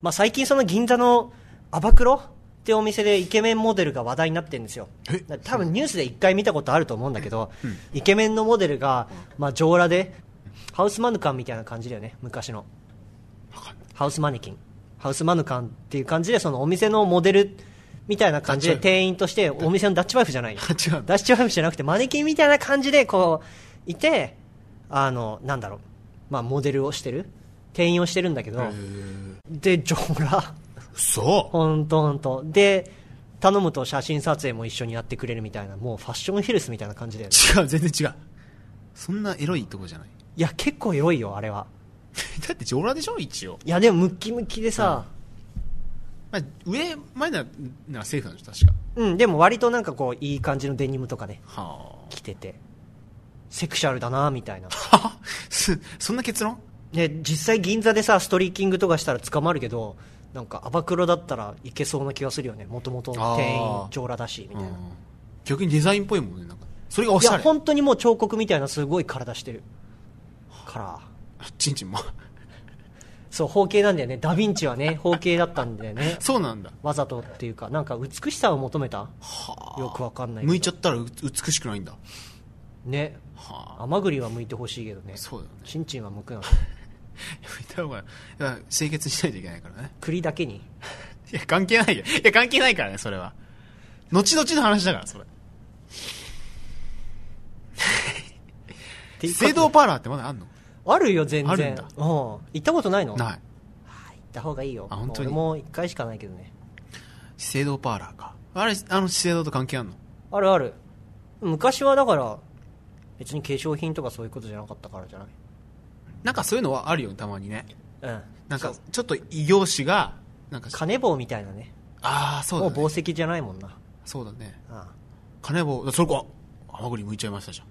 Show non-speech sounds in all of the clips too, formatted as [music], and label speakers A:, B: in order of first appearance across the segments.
A: まあ、最近その銀座のアバクロってお店でイケメンモデルが話題になってるんですよだ多分ニュースで一回見たことあると思うんだけど、イケメンのモデルが、まあ、上裸でハウスマヌカンみたいな感じだよね昔のハウスマネキンハウスマヌカンっていう感じでそのお店のモデルみたいな感じで
B: ダッチワイ
A: 店員としてお店のダッチワイフじゃないよ
B: ダッチワイフ
A: ダッチワイフじゃなくてマネキンみたいな感じでこういてあのなんだろう、まあ、モデルをしてる店員をしてるんだけどでジョーラ
B: そう
A: ほんとほんとで頼むと写真撮影も一緒にやってくれるみたいなもうファッションヒルスみたいな感じだよね
B: 違う、全然違う。そんなエロいとこじゃない。
A: いや結構エロいよあれは
B: [laughs] だって上裸でしょ一応。
A: いやでもムッキムキでさ、
B: まあ、上、前ならセーフなんでしょ確か。
A: うん、でも割となんかこういい感じのデニムとかね
B: は
A: 着ててセクシャルだなみたいな
B: あ。はす、そんな結論
A: で実際銀座でさストリーキングとかしたら捕まるけどなんかアバクロだったらいけそうな気がするよねもともと店員
B: あー
A: 上裸だしみたいな、
B: うん逆にデザインっぽいもんね、なんか。それがお
A: い
B: しゃ
A: や
B: れ。
A: 本当にもう彫刻みたいなすごい体してるから
B: ちんちんも。
A: そう方形なんだよねダヴィンチは
B: [laughs]
A: ね方形だったんだよね
B: そうなんだ。
A: わざとっていうかなんか美しさを求めたよくわかんないけど
B: 向いちゃったらう美しくないんだ。
A: ね
B: はあ。
A: 甘栗は向いてほしいけどね
B: そうだよね。
A: ちんちんは向くな
B: [laughs] 向いた方が、いや清潔にしないといけないからね。
A: 栗だけに
B: いや、関係ないよ。いや、関係ないからね、それは。後々の話だから、それ。
A: っていうこと
B: 聖堂パーラーってまだあんの
A: あるよ全然
B: あるんだ
A: うん行ったことないの
B: ない。
A: 行った方がいいよ
B: あ本当に
A: ま俺も一回しかないけどね
B: 資生堂パーラーか。あれ、あの資生堂と関係あんの
A: あるある昔はだから別に化粧品とかそういうことじゃなかったからじゃない
B: なんかそういうのはあるよね、たまにね。
A: うん
B: なんか
A: そう、
B: ちょっと異業種が、なんか、
A: 金棒みたいなね
B: ああ、そう
A: もう
B: だね
A: 宝。石じゃないもんな
B: そうだね。
A: ああ
B: 金棒、それこ、あ甘栗剥いちゃいましたじゃん。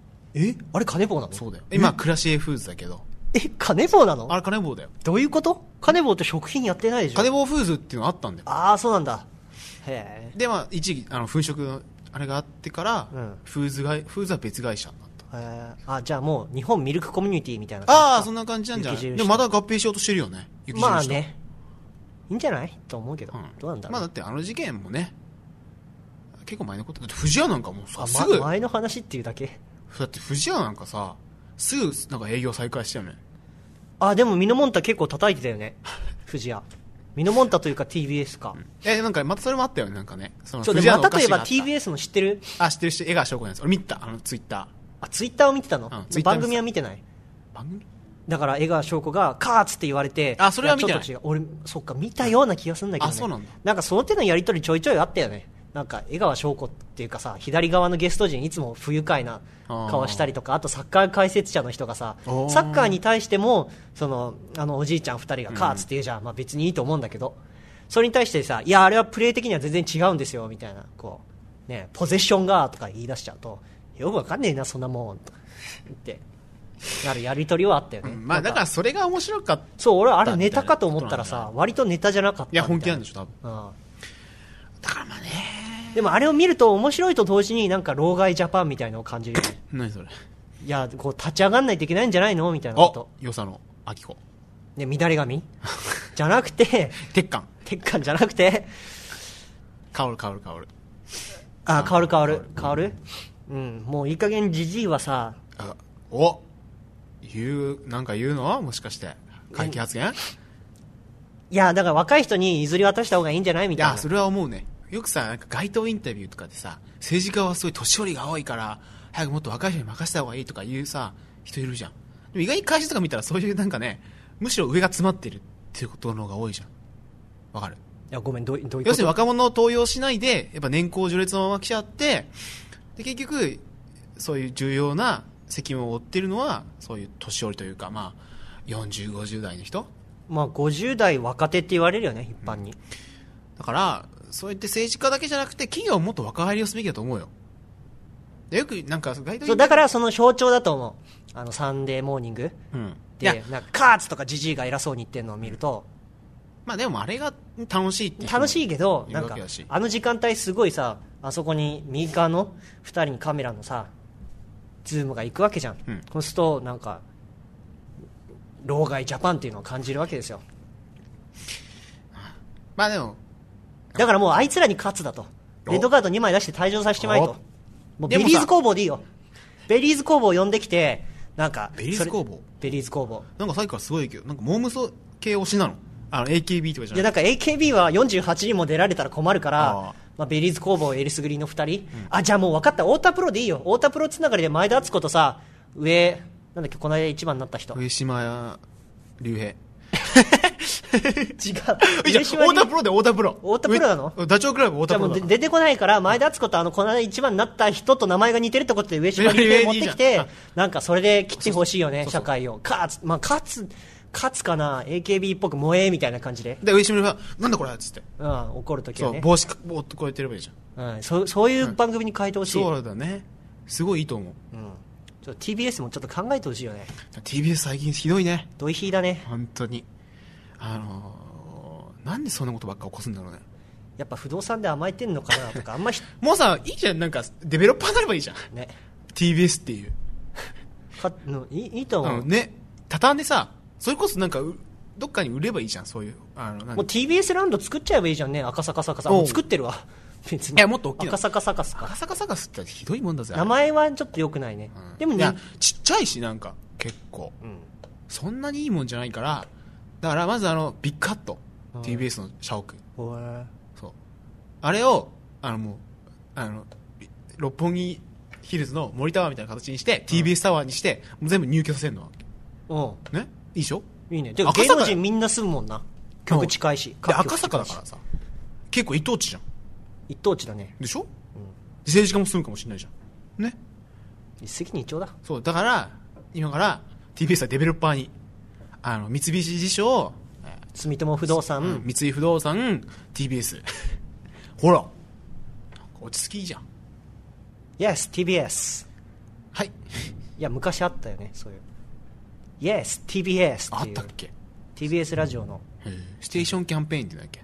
A: えあれ金棒なの
B: そうだよ。今、暮らしエフーズだけど。
A: え金棒なの
B: あれ、金棒だよ。
A: どういうこと金棒って食品やってないでしょ
B: 金棒フーズっていうのあったんだよ。
A: ああそうなんだへ
B: で、まあ、一時期、あの、粉飾の、あれがあってから、
A: うん
B: フーズが、フーズは別会社になった。
A: えへえあじゃあもう日本ミルクコミュニティみたいな感じか
B: ああ、そんな感じなんじゃない
A: 雪印
B: でもまだ合併しようとしてるよね。雪印と
A: まあ。ねいいんじゃないと思うけど、
B: ん
A: どうなんだろう
B: まあだってあの事件もね、結構前のこと。だって藤屋なんかもうさ、
A: あ、
B: す
A: ま
B: ぐ、だ
A: 前の話っていうだけ
B: って藤屋なんかさ、すぐなんか営業再開したよね。
A: あでもミノモンタ結構叩いてたよ
B: [laughs]
A: ね藤屋ミノモンタというか TBS か、
B: え、なんかまたそれもあったよね、なんかね。その
A: そうで
B: 藤屋
A: また
B: のお
A: と
B: 菓
A: いえ
B: 子があ
A: ば
B: った。
A: TBS の知ってる
B: あ、知ってる人、江川翔子のやつ。俺見た、あのツイッタ
A: あツイッターを見てたの、
B: うんツイッター
A: 番組は見てない
B: ー。番組
A: だから江川翔子が「カーッつって言われて
B: あそれは見てない
A: やちょっと違う俺そっか見たような気がするんだけど、ね、
B: あそうなんだ
A: なんかその手のやり取りちょいちょいあったよねなんか江川翔子っていうかさ左側のゲスト陣いつも不愉快な顔したりとかあとサッカー解説者の人がさサ
B: あー
A: ッカーに対してもそのあのおじいちゃん2人が「カーッつって言うじゃん、まあ、別にいいと思うんだけどそれに対してさ「いやあれはプレー的には全然違うんですよ」みたいなこう、ね、ポゼッションがとか言い出しちゃうとよくわかんねえなそんなもんとか言ってなるやり取りはあったよね、
B: うんまあだからそれが面白かった。い
A: そう俺あれネタかと思ったらさ割とネタじゃなかったみたい
B: や、本気なんでしょ、多分。
A: うん
B: だからまあね。
A: でもあれを見ると面白いと同時になんか老害ジャパンみたいなのを感
B: [laughs]
A: じるよね
B: 何それ。
A: いやこう立ち上がんないといけないんじゃないのみたいなこ
B: あ
A: と、
B: よさの、あきこ。
A: ね、乱れ髪じゃなく
B: [laughs]
A: て
B: 鉄管。
A: 鉄管じゃなくて
B: 香る香る香る。
A: あ変わる変わる変わるうんもういい加減じじいはさ
B: あお言うなんか言うのはもしかして会見発言
A: いやだから若い人に譲り渡した方がいいんじゃないみ
B: い
A: たい
B: や
A: な
B: それは思うねよくさなんか街頭インタビューとかでさ政治家はすごい年寄りが多いから早くもっと若い人に任せた方がいいとか言うさ人いるじゃんでも意外に会社とか見たらそういうなんかねむしろ上が詰まってるっていうことの方が多いじゃんわかる
A: いやごめんどうどういう
B: 要
A: こ
B: する
A: と
B: に若者を登用しないでやっぱ年功序列のまま来ちゃってで結局そういう重要な責務を負ってるのはそういう年寄りというかまあ4050代の人
A: まあ50代若手って言われるよね一般に、
B: だから、そうやって政治家だけじゃなくて、企業はもっと若返りをすべきだと思うよ。でよく、なんか、ガイドイン
A: そうだからその象徴だと思うあのサンデーモーニング
B: うん。いや
A: で、なんかカーツとかジジイが偉そうに言ってるのを見ると、
B: まあでもあれが楽しいっていう人も
A: 楽しいけど、
B: い
A: な
B: る
A: ん
B: わ
A: か
B: けだし、
A: あの時間帯すごいさ、あそこに右側の2人にカメラのさ、ズームが行くわけじゃん。
B: うん
A: そうすると、なんか、老害ジャパンっていうのを感じるわけですよ。
B: あまあでも、
A: だからもうあいつらに勝つだと。
B: お
A: レッドカード2枚出して退場させてまいと。もう
B: で
A: ベ
B: もさ
A: リーズ工房でいいよ。ベリーズ工房呼んできて、なんか、
B: ベリーズ工
A: そ
B: 房
A: れベリーズ工房。
B: なんかさっきからすごいけど、なんかモームソ系推しなのあの、AKB とかじゃ
A: で、
B: な
A: な
B: く
A: んか AKB は48にも出られたら困るから
B: ああ、
A: まあ、ベリーズ工房、エリスグリーンの2人、あ、じゃあもう分かった、太田プロでいいよ。太田プロつながりで前田敦子とさ、上、なんだっけ、この間一番になった人。
B: て。
A: 違
B: [laughs]
A: う。
B: 上島
A: [laughs]
B: 竜兵。 [laughs]
A: 上
B: じゃ
A: 島
B: あ、太
A: に
B: 田プロで太田プロ。
A: 太田プロなの
B: 上ダチョウ倶楽部太
A: じゃ
B: 田
A: あ
B: プ
A: も
B: ロ
A: うで
B: だから。
A: 出てこないから、前田敦子とあの、この間一番になった人と名前が似てるってことで上島に
B: いやいや
A: 持ってき
B: いいじゃ
A: て
B: ん、
A: なんかそれで切ってほしいよね、
B: そうそ
A: 社
B: う
A: 会を。勝つ、まあ、勝つ、勝つかな、AKB っぽく萌えみたいな感じで。
B: で、上島竜兵は、なんだこれっつって。
A: うん、怒るとき
B: そ
A: は
B: う、
A: ね。
B: 帽子、ぼーっとこうやってればいいじゃん。
A: うん、そうそういう番組に変えてほしい。うん。
B: そうだね。すごいいいと思う。
A: ちょっと TBS もちょっと考えてほしいよね。
B: TBS 最近ひどいね。
A: ドイヒーだね。
B: 本当に。あのー、なんでそんなことばっか起こすんだろうね。
A: やっぱ不動産で甘えてんのかなとか、あんまひ、 [laughs]
B: もうさ、いいじゃん。なんか、デベロッパーになればいいじゃん。
A: ね。
B: TBS っていう。
A: かのいいいいと思う。
B: うん、ね。畳んでさ、それこそなんか、うどっかに売ればいいじゃん、そういう。あの、なん
A: もう TBS ランド作っちゃえばいいじゃんね、赤坂サカス。あもう作ってるわ。別に。
B: いやもっと大きいの
A: 赤坂サカスか。
B: 赤坂サカスってひどいもんだぜ。あれ
A: 名前はちょっと良くないね、
B: うん
A: でも
B: い
A: ね
B: や、ちっちゃいし、なんか、結構。
A: うん
B: そんなにいいもんじゃないから、だからまずあの、ビッグハット。
A: うん
B: TBS の社屋。
A: おー
B: そう。あれを、あのもう、あの、六本木ヒルズの森タワーみたいな形にして、TBS タワーにして、もう全部入居させるの。
A: う
B: ねいいでしょ
A: んいいねでも
B: 赤
A: 芸
B: 坂
A: 能人みんな住むもんな曲近いし
B: で、
A: 各
B: 赤
A: 局近い
B: 坂だ
A: し
B: からさ、結構一等地じゃん。
A: 一等地だね
B: でしょ、政治家も住むかもしれないじゃん。ね
A: 一石二鳥だ
B: そう、だから、今から TBS はデベロッパーに、あの、三菱地所、
A: 住友不動産、
B: うん三井不動産、TBS。ほら、なんか落ち着きいいじゃん。
A: YesTBS
B: はい。
A: いや昔あったよねそういう YesTBS
B: あ
A: っ
B: って
A: い
B: たっ
A: う
B: け
A: TBS ラジオの
B: へえステーションキャンペーンってなんだっけ